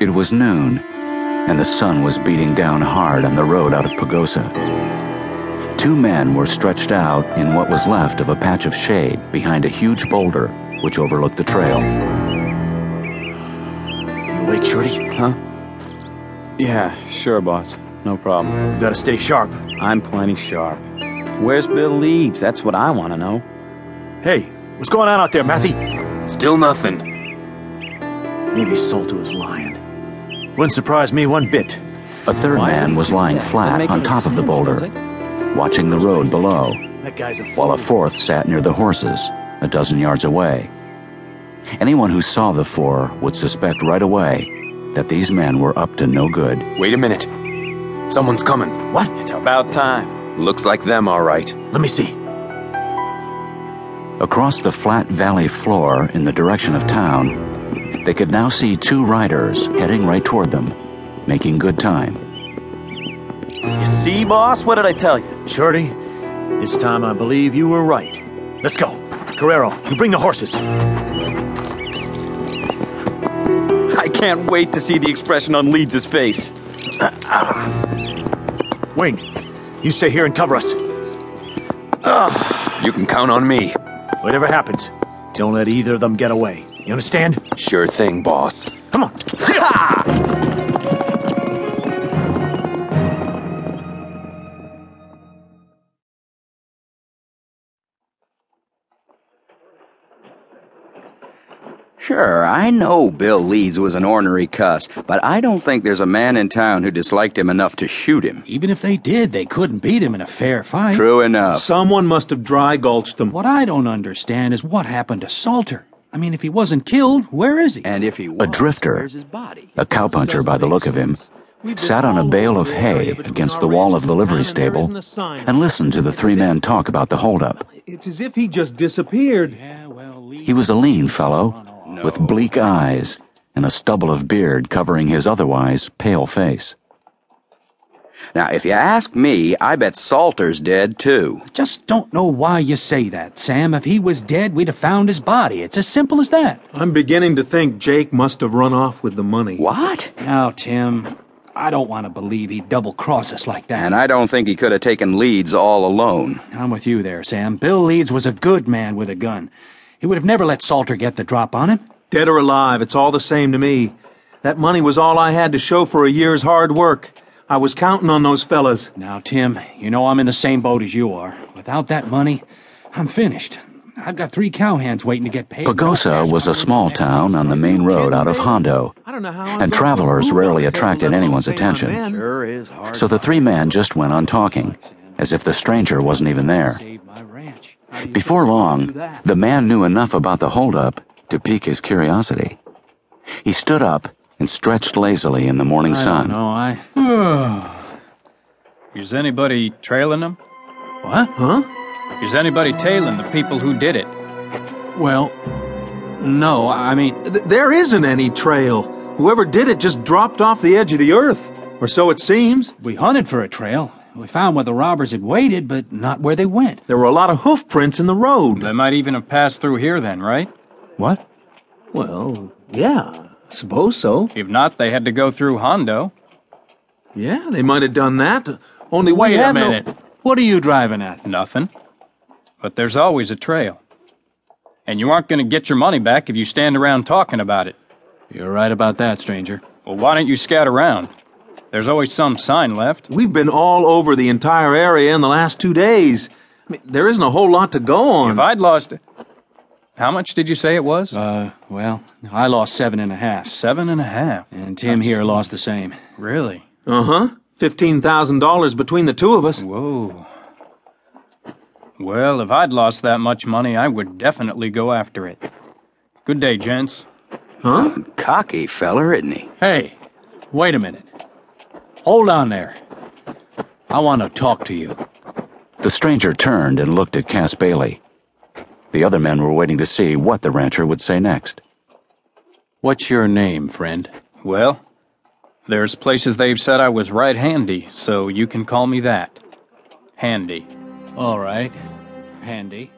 It was noon, and the sun was beating down hard on the road out of Pagosa. Two men were stretched out in what was left of a patch of shade behind a huge boulder which overlooked the trail. You awake, Shorty? Huh? Yeah, sure, boss. No problem. You gotta stay sharp. I'm plenty sharp. Where's Bill Leeds? That's what I want to know. Hey, what's going on out there, Matthew? Still nothing. Maybe Salter was lying. Wouldn't surprise me one bit. A third man was lying flat on top of the boulder, watching the road below, That guy's a while a fourth sat near the horses, a dozen yards away. Anyone who saw the four would suspect right away that these men were up to no good. Wait a minute. Someone's coming. What? It's about time. Looks like them, all right. Let me see. Across the flat valley floor in the direction of town, they could now see two riders heading right toward them, making good time. You see, boss? What did I tell you? Shorty, this time I believe you were right. Let's go. Guerrero, you bring the horses. I can't wait to see the expression on Leeds' face. Wing, you stay here and cover us. You can count on me. Whatever happens, don't let either of them get away. You understand? Sure thing, boss. Come on. Sure, I know Bill Leeds was an ornery cuss, but I don't think there's a man in town who disliked him enough to shoot him. Even if they did, they couldn't beat him in a fair fight. True enough. Someone must have dry gulched them. What I don't understand is what happened to Salter. I mean, if he wasn't killed, where is he? And if he was, drifter, where's his body? A cowpuncher, by the look of him, sat on a bale of hay against the wall of the livery stable and listened to the three men talk about the holdup. It's as if he just disappeared. Yeah, well, He was a lean fellow, with bleak eyes and a stubble of beard covering his otherwise pale face. Now, if you ask me, I bet Salter's dead too. just don't know why you say that, Sam. If he was dead, we'd have found his body. It's as simple as that. I'm beginning to think Jake must have run off with the money. What? Now, Tim, I don't want to believe he'd double cross us like that. And I don't think he could have taken Leeds all alone. I'm with you there, Sam. Bill Leeds was a good man with a gun. He would have never let Salter get the drop on him. Dead or alive, it's all the same to me. That money was all I had to show for a year's hard work. I was counting on those fellas. Now, Tim, you know I'm in the same boat as you are. Without that money, I'm finished. I've got three cowhands waiting to get paid. Pagosa was a small town on the main road out of Hondo, I don't know how. I'm and gonna travelers prove rarely I'm dead, attracted let alone anyone's say I'm attention. in. Sure is hard. So the three men just went on talking, as if the stranger wasn't even there. Save my ranch. Before long, the man knew enough about the holdup to pique his curiosity. He stood up and stretched lazily in the morning I don't sun. know, I. Is anybody trailing them? What? Huh? Is anybody tailing the people who did it? Well, no, I mean, Th- there isn't any trail. Whoever did it just dropped off the edge of the earth, or so it seems. we hunted for a trail. We found where the robbers had waited, but not where they went. There were a lot of hoof prints in the road. They might even have passed through here then, right? What? Well, yeah, suppose so. If not, they had to go through Hondo. Yeah, they might have done that. Only we Wait a have no- minute. What are you driving at? Nothing. But there's always a trail. And you aren't going to get your money back if you stand around talking about it. You're right about that, stranger. Well, why don't you scout around? There's always some sign left. We've been all over the entire area in the last two days. I mean, there isn't a whole lot to go on. If I'd lost. How much did you say it was? Uh, well, I lost seven and a half, Seven and a half. and Tim here lost the same. Really? Uh huh. Fifteen thousand dollars between the two of us. Whoa. Well, if I'd lost that much money, I would definitely go after it. Good day, gents. Cocky feller, isn't he? Hey, wait a minute. Hold on there. I want to talk to you. The stranger turned and looked at Cass Bailey. The other men were waiting to see what the rancher would say next. What's your name, friend? Well, there's places they've said I was right handy, so you can call me that. Handy. All right. Handy.